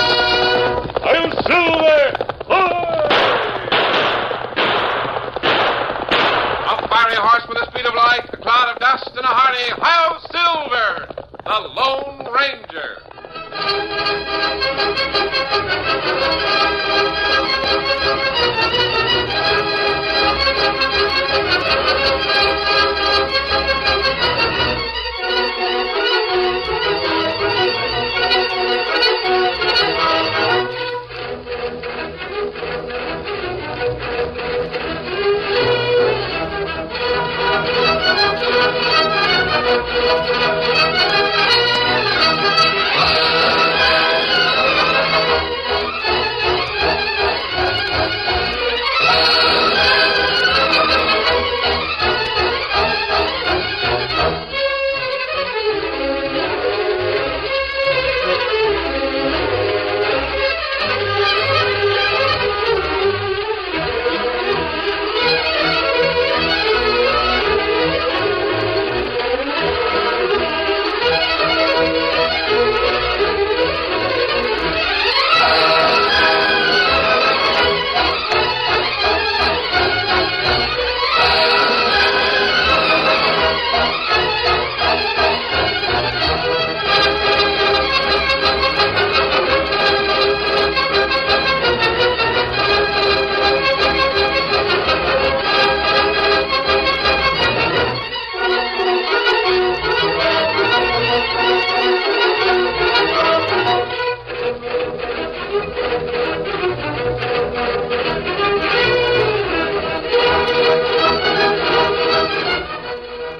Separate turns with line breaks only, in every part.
I'm Silver! A fiery horse with the speed of light, a cloud of dust, and a hearty, How Silver! The Lone Ranger.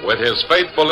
With his faithful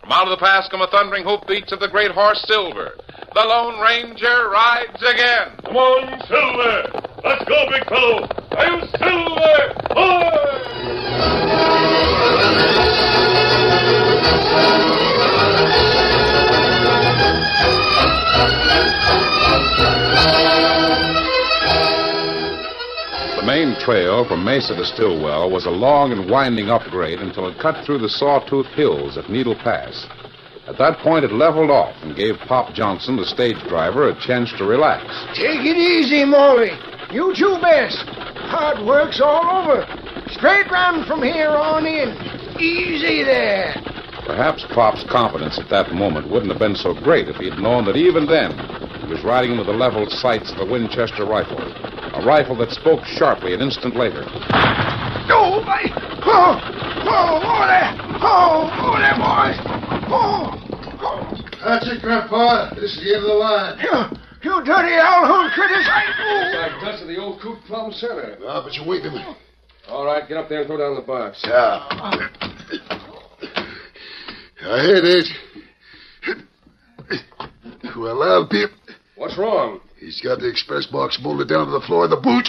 From out of the past come the thundering hoofbeats of the great horse Silver. The Lone Ranger rides again. Come on, Silver. Let's go, big fellow. Are you Silver? The main trail from Mesa to Stillwell was a long and winding upgrade until it cut through the Sawtooth Hills at Needle Pass. At that point, it leveled off and gave Pop Johnson, the stage driver, a chance to relax.
Take it easy, Molly. You two best. Hard work's all over. Straight run from here on in. Easy there.
Perhaps Pop's confidence at that moment wouldn't have been so great if he'd known that even then he was riding into the leveled sights of the Winchester rifle, a rifle that spoke sharply an instant later.
No, oh, my. Oh, oh, over there. Oh, over there, boys. Oh, oh.
That's it, Grandpa. This is the end of the line.
You, you dirty owl hoon critters. I-
Like dust of the old Coop Plum Center.
Ah, but you wakened me.
All right, get up there and throw down the box.
Yeah. Ah. I heard it. Well, I'll be.
What's wrong?
He's got the express box molded down to the floor of the boot.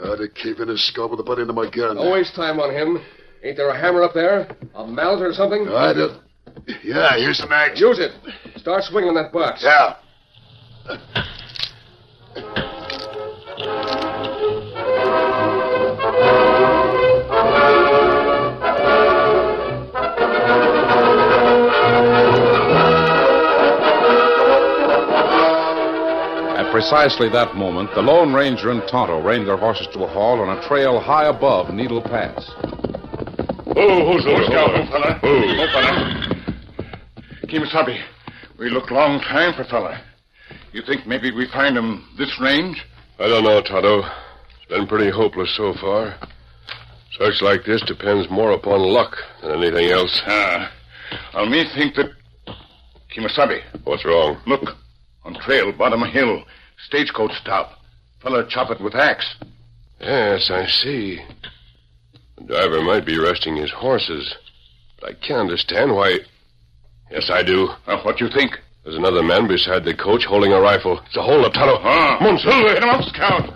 Ah, I'd have caved in his skull with the butt end of my gun.
Oh,
Don't waste time on him. Ain't there a hammer up there? A mallet or something?
I don't. Yeah, here's some action.
Use it. Start swinging that box.
Yeah.
At precisely that moment, the Lone Ranger and Tonto reined their horses to a halt on a trail high above Needle Pass.
oh,
Oh, who's the Who's fella? Who's fella? Keep us happy.
We look long time for fella. You think maybe we find him this range?
I don't know, Tonto. It's been pretty hopeless so far. Search like this depends more upon luck than anything else.
Ah. Well, me think that. Kimasabi,
What's wrong?
look. On trail, bottom of hill. Stagecoach stop. Fella chop it with axe.
Yes, I see. The driver might be resting his horses, but I can't understand why. Yes, I do.
Now, what you think?
There's another man beside the coach holding a rifle. It's a hold up, Tonto.
Ah.
Monsilver!
Get him up, scout.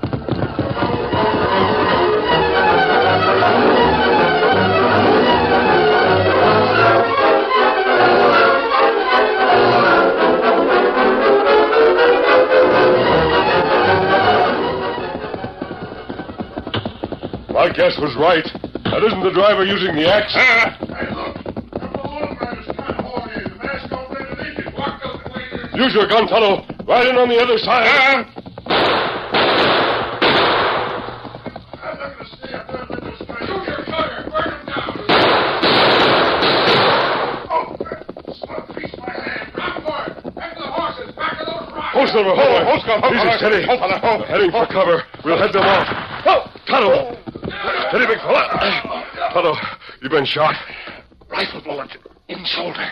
My guess was right. That isn't the driver using the axe.
Ah.
Use your gun, Tonto. Right in on the other side.
Ah.
Oh,
Hold, Silver, hold on. Hold, Scott. Easy, steady. We're Heading for cover. We'll head them off. Oh. Tonto. Steady, big fella. Tonto, you've been shot.
Rifle bullet in shoulder.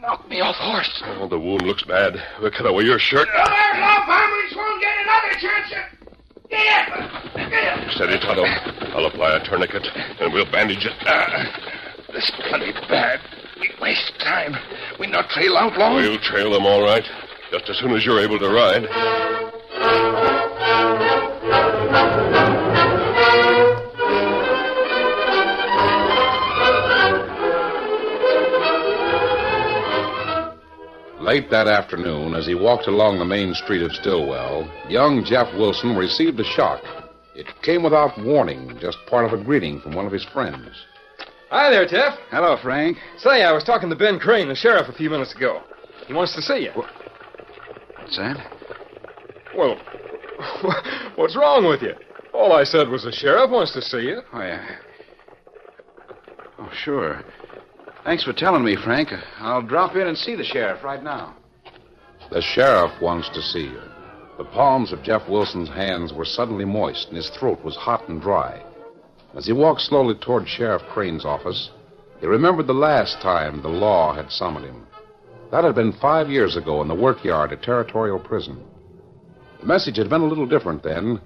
Knocked me off horse.
Oh, the wound looks bad. We'll cut away your shirt. Steady, Tonto. I'll apply a tourniquet, and we'll bandage it.
This bloody bad. We waste time. We not trail out long.
We'll trail them all right, just as soon as you're able to ride.
Late that afternoon, as he walked along the main street of Stillwell, young Jeff Wilson received a shock. It came without warning, just part of a greeting from one of his friends.
Hi there, Jeff.
Hello, Frank.
Say, I was talking to Ben Crane, the sheriff, a few minutes ago. He wants to see you.
What's that?
Well, what's wrong with you? All I said was the sheriff wants to see you.
Oh, yeah. Oh, sure. Thanks for telling me, Frank. I'll drop in and see the sheriff right now.
The sheriff wants to see you. The palms of Jeff Wilson's hands were suddenly moist, and his throat was hot and dry. As he walked slowly toward Sheriff Crane's office, he remembered the last time the law had summoned him. That had been five years ago in the workyard at Territorial Prison. The message had been a little different then.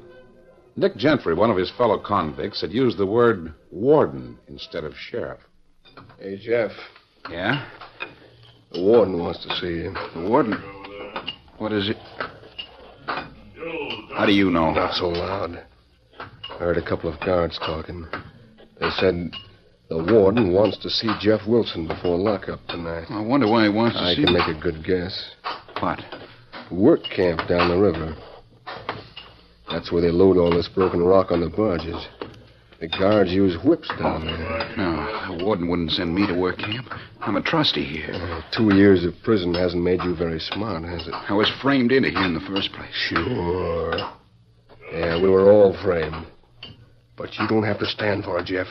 Nick Gentry, one of his fellow convicts, had used the word warden instead of sheriff.
Hey, Jeff.
Yeah?
The warden wants to see you.
The warden. What is it? How do you know?
Not so loud. I heard a couple of guards talking. They said the warden wants to see Jeff Wilson before lockup tonight.
I wonder why he wants to
I
see
can make a good guess.
What?
Work camp down the river. That's where they load all this broken rock on the barges. The guards use whips down there.
No, the warden wouldn't send me to work camp. I'm a trustee here.
Two years of prison hasn't made you very smart, has it?
I was framed into here in the first place.
Sure. Yeah, we were all framed. But you don't have to stand for it, Jeff,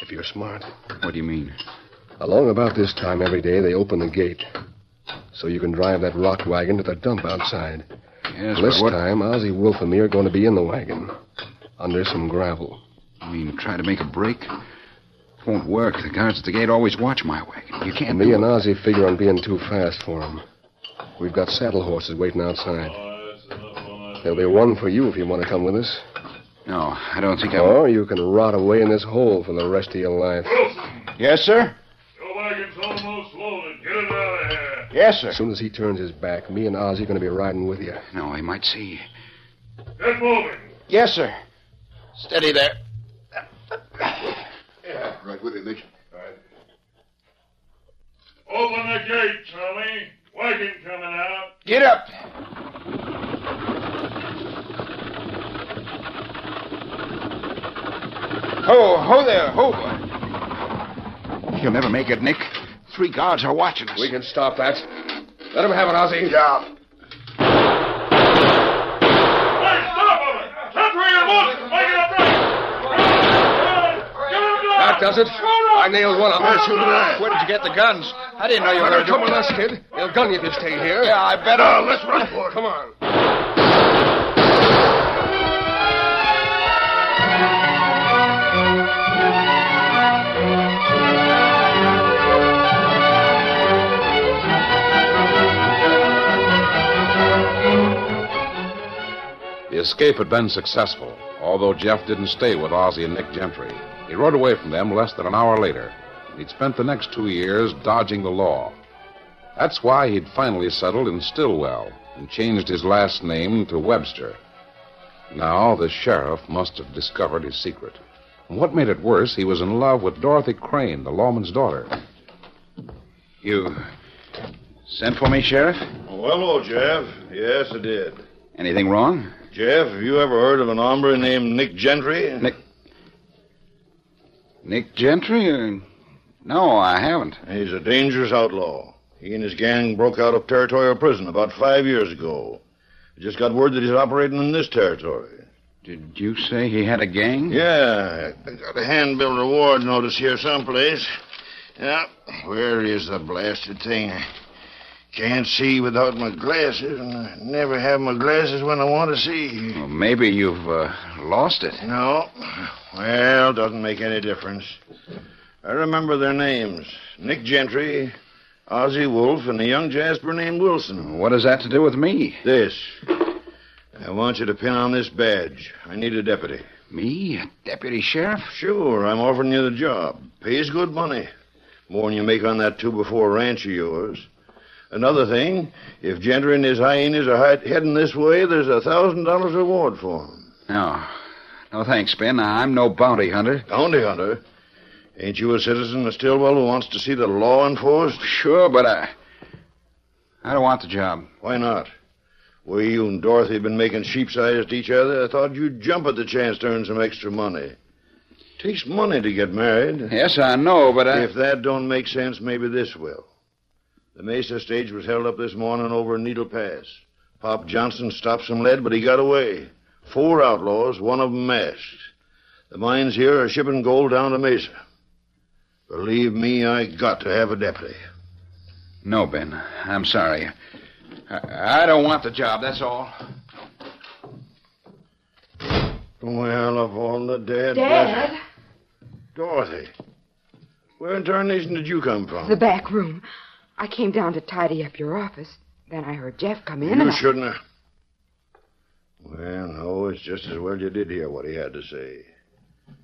if you're smart.
What do you mean?
Along about this time every day, they open the gate. So you can drive that rock wagon to the dump outside.
Yes,
this
but what
time, Ozzie Wolf and me are going to be in the wagon. Under some gravel.
I mean, try to make a break. It won't work. The guards at the gate always watch my wagon. You can't
Me
do
and
it.
Ozzie figure on being too fast for 'em. We've got saddle horses waiting outside. There'll be one for you if you want to come with us.
No, I don't think I will.
Or Oh, you can rot away in this hole for the rest of your life.
Yes, sir? Yes, sir.
As soon as he turns his back, me and Ozzy are going to be riding with you.
No, he might see.
Yes, sir. Steady there.
Right with you, Nick.
Open the gate, Charlie. Wagon coming out.
Get up. Ho, ho there, ho.
He'll never make it, Nick. Three guards are watching us.
We can stop that. Let him have it, Ozzy. Yeah.
Hey, stop him! Temporary emotion! Make it up right! Get him down!
work, does it? I nailed one of them. Where did you get the guns? I didn't know you were going to
Come
do
with
it.
us, kid.
They'll gun you if you stay here. Yeah, I better.
Now, let's
run for it. Come on.
The escape had been successful, although Jeff didn't stay with Ozzie and Nick Gentry. He rode away from them less than an hour later. He'd spent the next two years dodging the law. That's why he'd finally settled in Stillwell and changed his last name to Webster. Now the sheriff must have discovered his secret. And what made it worse, he was in love with Dorothy Crane, the lawman's daughter.
You sent for me, Sheriff?
Well, hello, Jeff. Yes, I did.
Anything wrong?
Jeff, have you ever heard of an hombre named Nick Gentry?
Nick. Nick Gentry? Uh, No, I haven't.
He's a dangerous outlaw. He and his gang broke out of territorial prison about five years ago. We just got word that he's operating in this territory.
Did you say he had a gang?
Yeah. I got a handbill reward notice here someplace. Yeah. Where is the blasted thing? I can't see without my glasses, and I never have my glasses when I want to see.
Well, maybe you've uh, lost it.
No. Well, doesn't make any difference. I remember their names Nick Gentry, Ozzie Wolf, and a young Jasper named Wilson.
What does that to do with me?
This. I want you to pin on this badge. I need a deputy.
Me? A deputy sheriff?
Sure, I'm offering you the job. Pays good money. More'n you make on that two before ranch of yours. Another thing, if Gentry and his hyenas are hi- heading this way, there's a thousand dollars reward for 'em.
No. No thanks, Ben. I'm no bounty hunter.
Bounty hunter? Ain't you a citizen of Stillwell who wants to see the law enforced?
Sure, but I. I don't want the job.
Why not? Way you and Dorothy have been making sheep's eyes at each other, I thought you'd jump at the chance to earn some extra money. Takes money to get married.
Yes, I know, but I.
If that don't make sense, maybe this will. The Mesa stage was held up this morning over in Needle Pass. Pop Johnson stopped some lead, but he got away. Four outlaws, one of 'em masked. The mines here are shipping gold down to Mesa. Believe me, I got to have a deputy.
No, Ben. I'm sorry. I, I don't want the job, that's all.
Well, of all the dead.
Dad?
bless- Dorothy. Where in tarnation did you come from?
The back room. I came down to tidy up your office. Then I heard Jeff come in.
You
and I-
shouldn't have. Well, no, it's just as well you did hear what he had to say.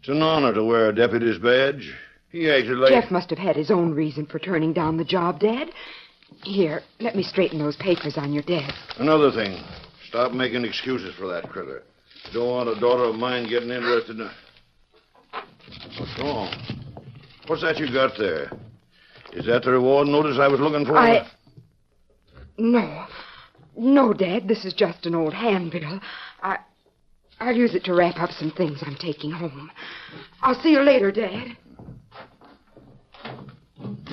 It's an honor to wear a deputy's badge. He acted like.
Jeff must have had his own reason for turning down the job, Dad. Here, let me straighten those papers on your desk.
Another thing. Stop making excuses for that critter. I don't want a daughter of mine getting interested in. What's wrong? What's that you got there? Is that the reward notice I was looking for?
I. No. No, Dad, this is just an old handbill. I. I'll use it to wrap up some things I'm taking home. I'll see you later, Dad.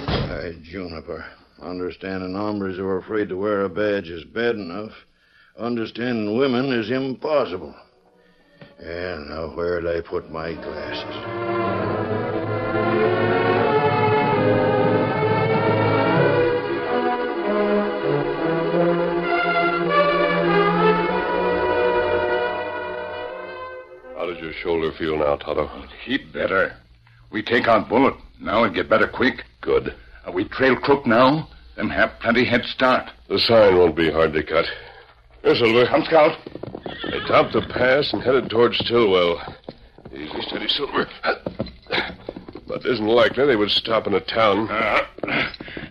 Hey, Juniper. Understanding hombres who are afraid to wear a badge is bad enough. Understanding women is impossible. And now, where'd I put my glasses?
How does your shoulder feel now, Toto?
Heap Oh, better. We take out Bullet now and get better quick. Good. Uh, we trail Crook now, then have plenty head start.
The sign won't be hard to cut. Here, Silver. Come, Scout. They topped the pass and headed towards Stillwell. Easy, steady, Silver. But isn't likely they would stop in a town.
Uh,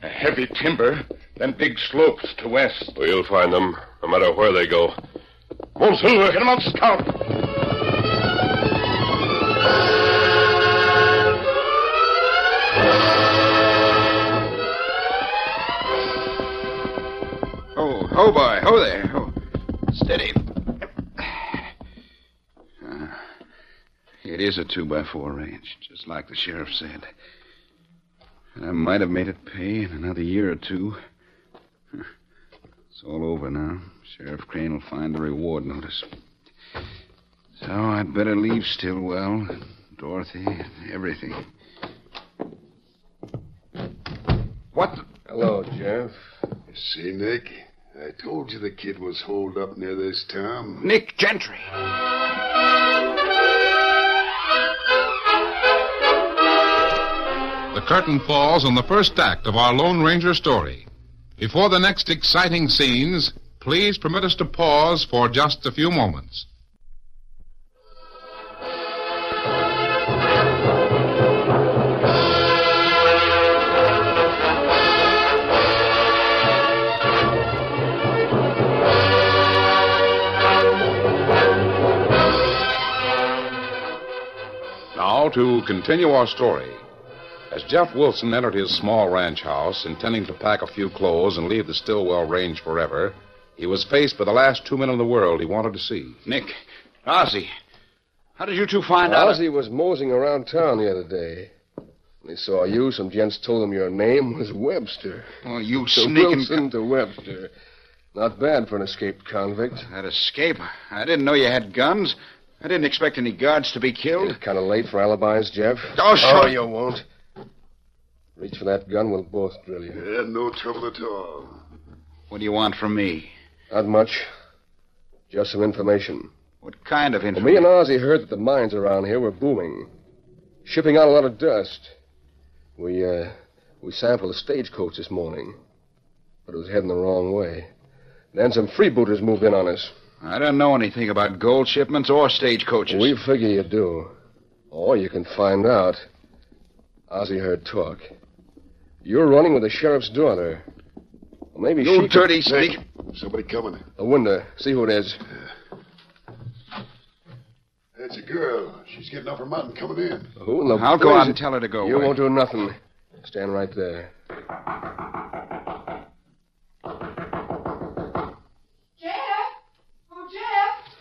Heavy timber, then big slopes to west.
We'll find them, no matter where they go. Come on, Silver.
Get 'em out, Scout.
Oh, ho, boy. Ho there. Ho. Steady. It is a two by four ranch, just like the sheriff said. And I might have made it pay in another year or two. It's all over now. Sheriff Crane will find the reward notice. So I'd better leave Stillwell, Dorothy, everything.
What?
Hello, Jeff. You see, Nick, I told you the kid was holed up near this town.
Nick Gentry.
The curtain falls on the first act of our Lone Ranger story. Before the next exciting scenes, please permit us to pause for just a few moments. Now to continue our story. As Jeff Wilson entered his small ranch house, intending to pack a few clothes and leave the Stillwell range forever, he was faced by the last two men in the world he wanted to see.
Nick, Ozzy, how did you two find out?
Ozzy was moseying around town the other day. They saw you. Some gents told them your name was Webster.
Oh, you
So
sneaking...
Wilson to Webster. Not bad for an escaped convict.
That escape? I didn't know you had guns. I didn't expect any guards to be killed.
Kind of late for alibis, Jeff.
Oh, sure.
Oh, you won't. Reach for that gun, we'll both drill you.
Yeah, no trouble at all.
What do you want from me?
Not much. Just some information.
What kind of
Well,
information?
me and Ozzy heard that the mines around here were booming, shipping out a lot of dust. We uh, we sampled a stagecoach this morning, but it was heading the wrong way. Then some freebooters moved in on us.
I don't know anything about gold shipments or stagecoaches.
We figure you do, or you can find out. Ozzy heard talk. You're running with the sheriff's daughter. Well, maybe
You
she
dirty
could...
sneak.
Somebody coming.
A window. See who it is.
That's a girl. She's getting off her mountain coming in.
Who in the
I'll go out and
blazes-
tell her to go
You
away.
won't do nothing. Stand right there.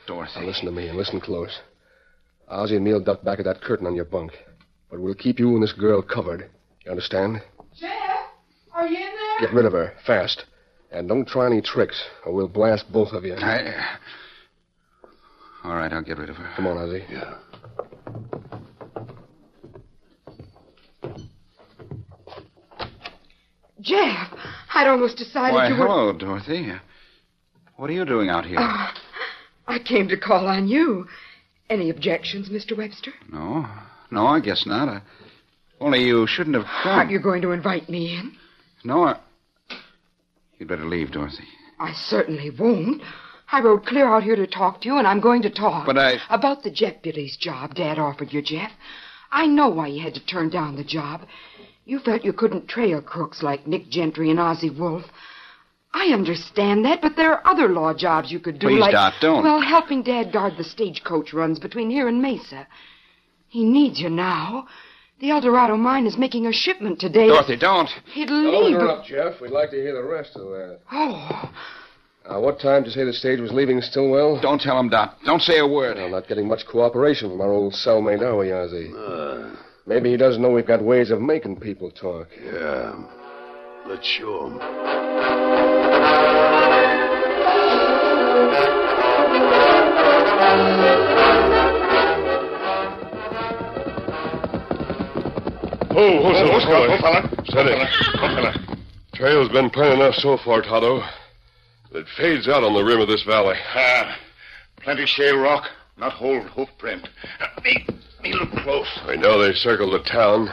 Dorothy.
Oh,
Now listen to me and listen close. Ozzy and me'll duck back of that curtain on your bunk. But we'll keep you and this girl covered. You understand?
Are you in there?
Get rid of her, fast. And don't try any tricks, or we'll blast both of you.
I... All right, I'll get rid of her.
Come on, Ozzy.
Yeah.
Jeff, I'd almost decided
Why,
you were.
hello, Dorothy. What are you doing out here?
Ah, I came to call on you. Any objections, Mr. Webster?
No, no, I guess not. I... Only you shouldn't have come.
Aren't you going to invite me in?
No, I... You'd better leave, Dorothy.
I certainly won't. I rode clear out here to talk to you, and I'm going to talk.
But I-
About the deputy's job Dad offered you, Jeff. I know why you had to turn down the job. You felt you couldn't trail crooks like Nick Gentry and Ozzie Wolf. I understand that, but there are other law jobs you could do.
Please,
like,
Dot, don't.
Well, helping Dad guard the stagecoach runs between here and Mesa. He needs you now. The El Dorado mine is making a shipment today.
Dorothy, don't.
He'd leave.
interrupt, Jeff. We'd like to hear the rest of that.
Oh,
Uh, what time did you say the stage was leaving Stillwell?
Don't tell him, Dot. Don't say a word.
I'm not getting much cooperation from our old cellmate, are we, Ozzy?
Uh,
Maybe he doesn't know we've got ways of making people talk.
yeah. Let's show 'em.
Oh, oh, so- oh, fella. Steady. Oh, fella. Trail's been plain enough so far, Tonto. It fades out on the rim of this valley.
Ah, plenty shale rock, not whole hoof print. Me, me look close.
I know they circled the town,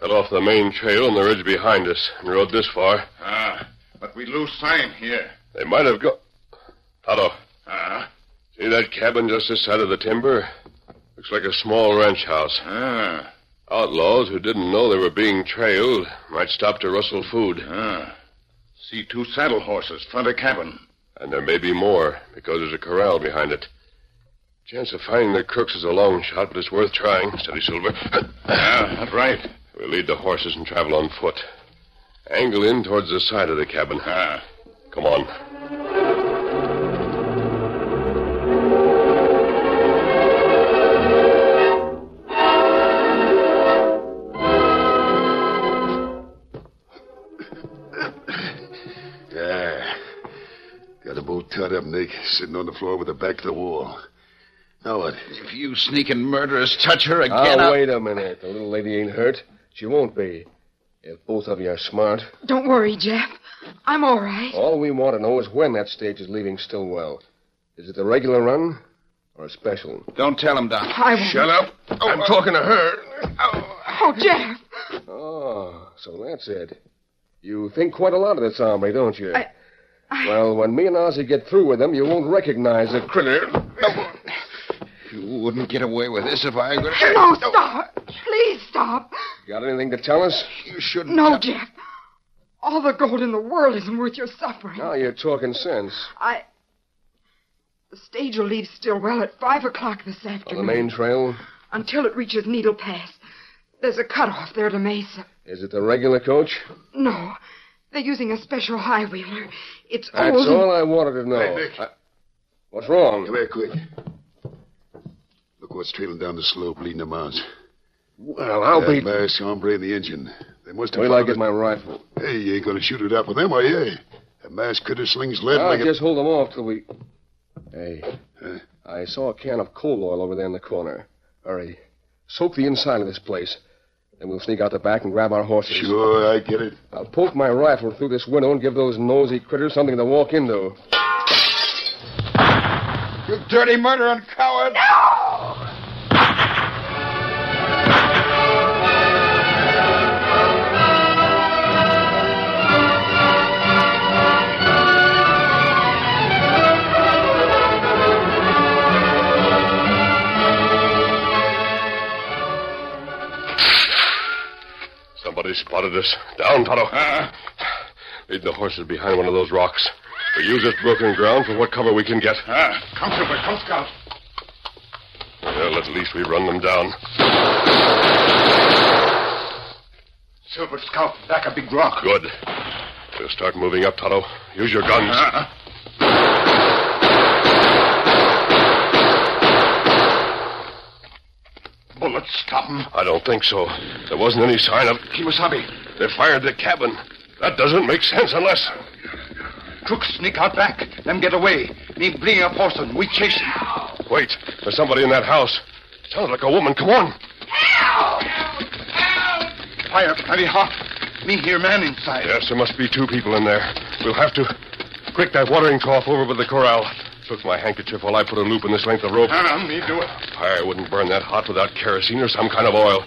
got off the main trail and the ridge behind us, and rode this far.
Ah, but we lose time here.
They might have got. Tonto,
Ah,
see that cabin just this side of the timber? Looks like a small ranch house.
ah,
Outlaws who didn't know they were being trailed might stop to rustle food.
ah. See two saddle horses front of cabin.
And there may be more, because there's a corral behind it. Chance of finding the crooks is a long shot, but it's worth trying. Steady, Silver.
Ah, that's right.
We'll lead the horses and travel on foot. Angle in towards the side of the cabin.
Ah,
Come on.
Yeah. Got a boat tied up, Nick, sitting on the floor with her back to the wall. Now what?
If you sneaking murderers touch her again,
Now,
I'll-
wait a minute. The little lady ain't hurt. She won't be. If both of you are smart,
Don't worry, Jeff. I'm all right.
all we want to know is when that stage is leaving Stillwell. Is it the regular run or a special?
Don't tell him, Doc.
I won't.
Shut up. I'm talking to her.
Oh, Jeff.
Oh, so that's it. You think quite a lot of this hombre, don't you?
I- I-
Well, when me and Ozzy get through with him, you won't recognize the critter.
You wouldn't get away with this if I were.
No, stop. Please stop.
Got anything to tell us?
You shouldn't.
No, Jeff. All the gold in the world isn't worth your suffering.
Now you're talking sense.
I. The stage will leave Stillwell at five o'clock this
On
afternoon.
the main trail,
Until it reaches Needle Pass. There's a cutoff there to Mesa.
is it the regular coach?
No. They're using a special high wheeler. It's
That's
old. and-
all I wanted to know.
Hey, Nick.
I- What's wrong?
Come here, quick. Look what's trailing down the slope, leading them out.
Well, I'll
that
be-
masked hombre and the engine. They must have.
Wait till I
found
get
it.
my rifle.
Hey, you ain't gonna shoot it up with them, are you? That masked critter slings lead.
I'll
like a-
just hold them off till we. Hey, I saw a can of coal oil over there in the corner. Hurry, soak the inside of this place. Then we'll sneak out the back and grab our horses.
Sure, I get it.
I'll poke my rifle through this window and give those nosy critters something to walk into.
You dirty murdering coward!
Somebody spotted us. Down, Tonto.
Uh-huh.
Lead the horses behind one of those rocks. We use this broken ground for what cover we can get.
Ah, come, Silver, come, Scout.
Well, at least we run them down.
Silver, Scout, back a big rock.
Good. We'll start moving up, Tonto. Use your guns.
Ah,
Bullets stop them. I don't think so. There wasn't any sign of. Kimasabi. They fired the cabin. That doesn't make sense unless.
Crooks sneak out back. Them get away. Me bring up horseman. We chase him.
Wait, there's somebody in that house. Sounds like a woman. Come on.
Fire plenty hot. Me hear man inside.
Yes, there must be two people in there. We'll have to. Quick, that watering trough over by the corral. Took my handkerchief while I put a loop in this length of rope.
ah, me do it.
Fire wouldn't burn that hot without kerosene or some kind of oil.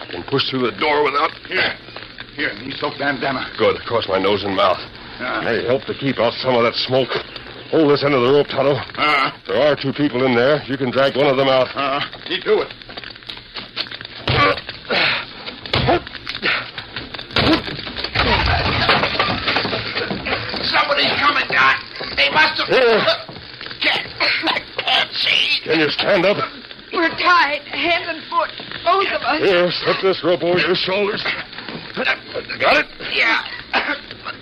I can push through the door without.
Here. Here, me soak bandana.
Good, across my nose and mouth.
uh,
May help to keep out some of that smoke. Hold this end of the rope, Tonto.
uh,
Ah,
There are two people in there. You can drag one of them out.
ah, me do it.
Somebody's coming, Doc. They must have. Can't, can't see.
Can you stand up?
We're tied, hand and foot, both of us.
Here, slip this rope over your shoulders. Got it?
Yeah.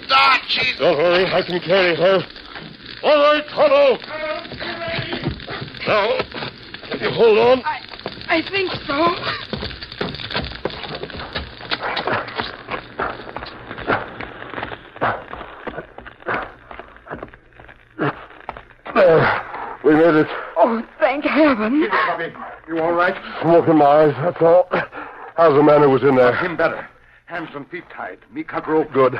Doc, she's.
Don't worry, I can carry her. All right, Tonto. Now, can you hold on?
I think so.
There. We made it.
Oh, thank heaven.
You all right? Smoke in my eyes, that's all. How's the man who was in there?
Him better. Hands and feet tied. Me cut rope.
Good.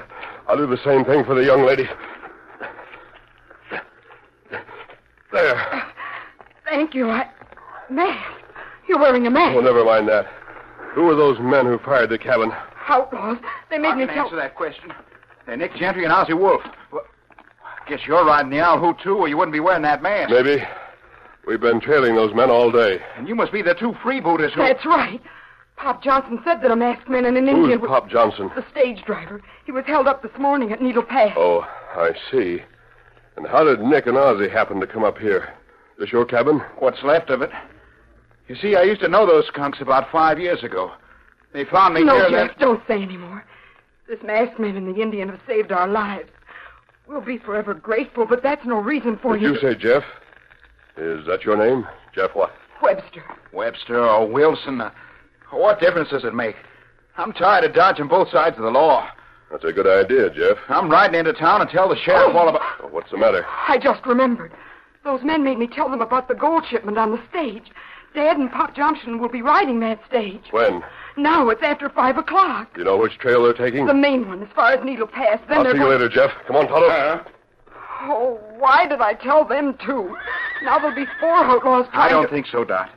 I'll do the same thing for the young lady. There.
Thank you. I. Mask. You're wearing a mask.
Oh, never mind that. Who were those men who fired the cabin?
Outlaws. They made
I
me
can
tell.
answer that question. They're Nick Gentry and Ozzie Wolf. Well, guess you're riding the owl who too, or you wouldn't be wearing that mask.
Maybe. We've been trailing those men all day.
And you must be the two freebooters who.
That's right. Pop Johnson said that a masked man and an
Who's
Indian were
Pop Johnson?
the stage driver. He was held up this morning at Needle Pass.
Oh, I see. And how did Nick and Ozzy happen to come up here? This your cabin?
What's left of it? You see, I used to know those skunks about five years ago. They found me
no,
here
Jeff,
then.
don't say any more. This masked man and the Indian have saved our lives. We'll be forever grateful, but that's no reason for
Did you say Jeff? Is that your name? Jeff what?
Webster.
Webster or Wilson. uh, what difference does it make? I'm tired of dodging both sides of the law.
That's a good idea, Jeff.
I'm riding into town and tell the sheriff all about.
Oh, What's the matter?
I just remembered. Those men made me tell them about the gold shipment on the stage.
Dad and Pop Johnson will be riding that stage.
When?
Now it's after five o'clock.
Do you know which trail they're taking?
The main one, as far as Needle Pass. Then
I'll
they're
see you
going-
later, Jeff. Come on, Toto.
Uh-huh.
Oh, why did I tell them to? Now there'll be four outlaws
I
trying
don't
to...
think so, Dot.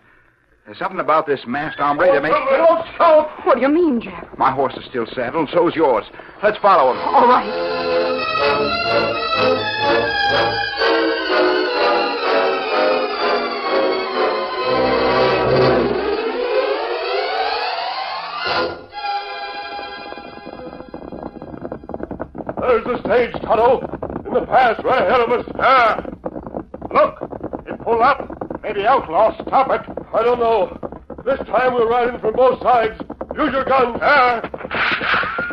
There's something about this masked hombre that
Oh,
makes.
What do you mean, Jeff?
My horse is still saddled, and so's yours. Let's follow him.
All right.
There's the stage, Toto. In the pass, right ahead of us. Ah. Look, it pulled up. Maybe outlaws stop it. I don't know. This time we're riding from both sides. Use your guns. Ah.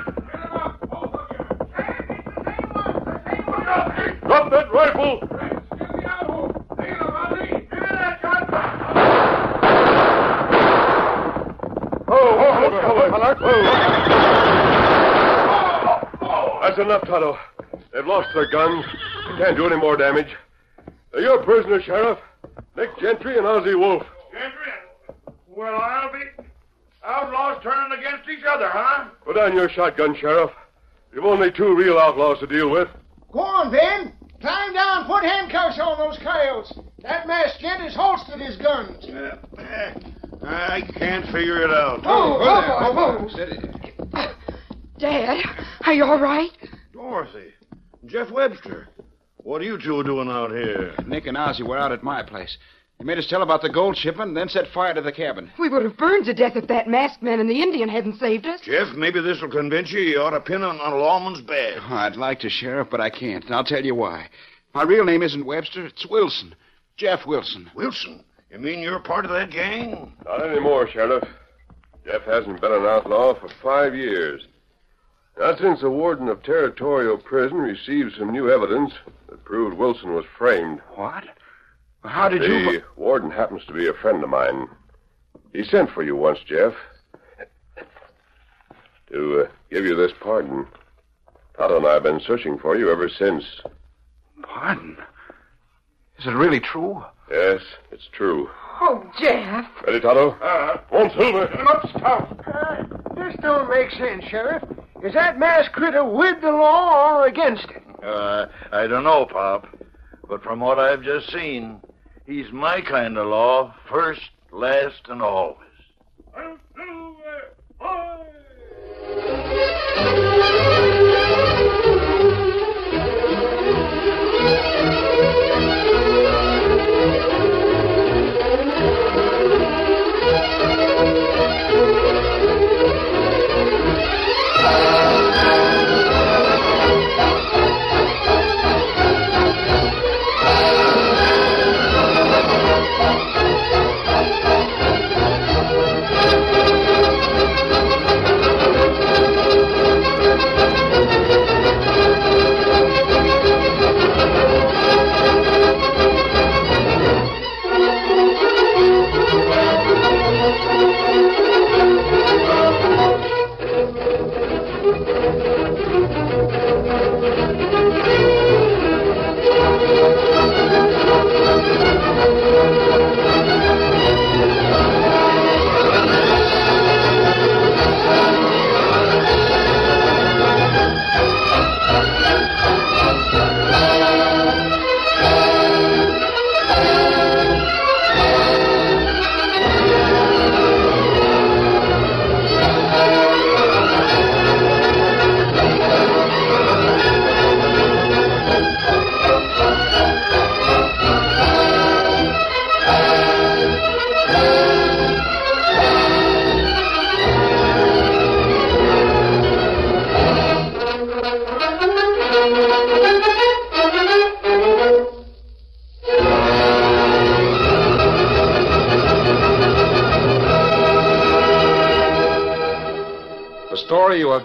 Drop that rifle. Oh, oh, look, fella. Oh.
That's enough, Toto. They've lost their guns. They can't do any more damage. They're your prisoner, Sheriff. Nick Gentry and Ozzie Wolf.
Well, I'll be. Outlaws turning against each other, huh?
Put down your shotgun, Sheriff. You've only two real outlaws to deal with.
Go on, Van. Climb down, put handcuffs on those coyotes. That masked gent has holstered his guns.
I can't figure it out.
Oh,
Oh,
oh,
Dad, are you all right?
Dorothy. Jeff Webster. What are you two doing out here?
Nick and Ozzy were out at my place. They made us tell about the gold shipment, then set fire to the cabin.
We would have burned to death if that masked man and the Indian hadn't saved us.
Jeff, maybe this will convince you you ought to pin on, on a lawman's bed.
Oh, I'd like to, Sheriff, but I can't, and I'll tell you why. My real name isn't Webster, it's Wilson. Jeff Wilson.
Wilson? You mean you're part of that gang?
Not anymore, Sheriff. Jeff hasn't been an outlaw for five years. Not since the warden of Territorial Prison received some new evidence that proved Wilson was framed.
What? How did you.
The warden happens to be a friend of mine. He sent for you once, Jeff, to uh, give you this pardon. Todd and I have been searching for you ever since.
Pardon? Is it really true?
Yes, it's true.
Oh, Jeff.
Ready, Toto? One silver.
This don't make sense, Sheriff. Is that masked critter with the law or against it?
Uh, I don't know, Pop. But from what I've just seen, he's my kind of law, first, last, and always.
The story you have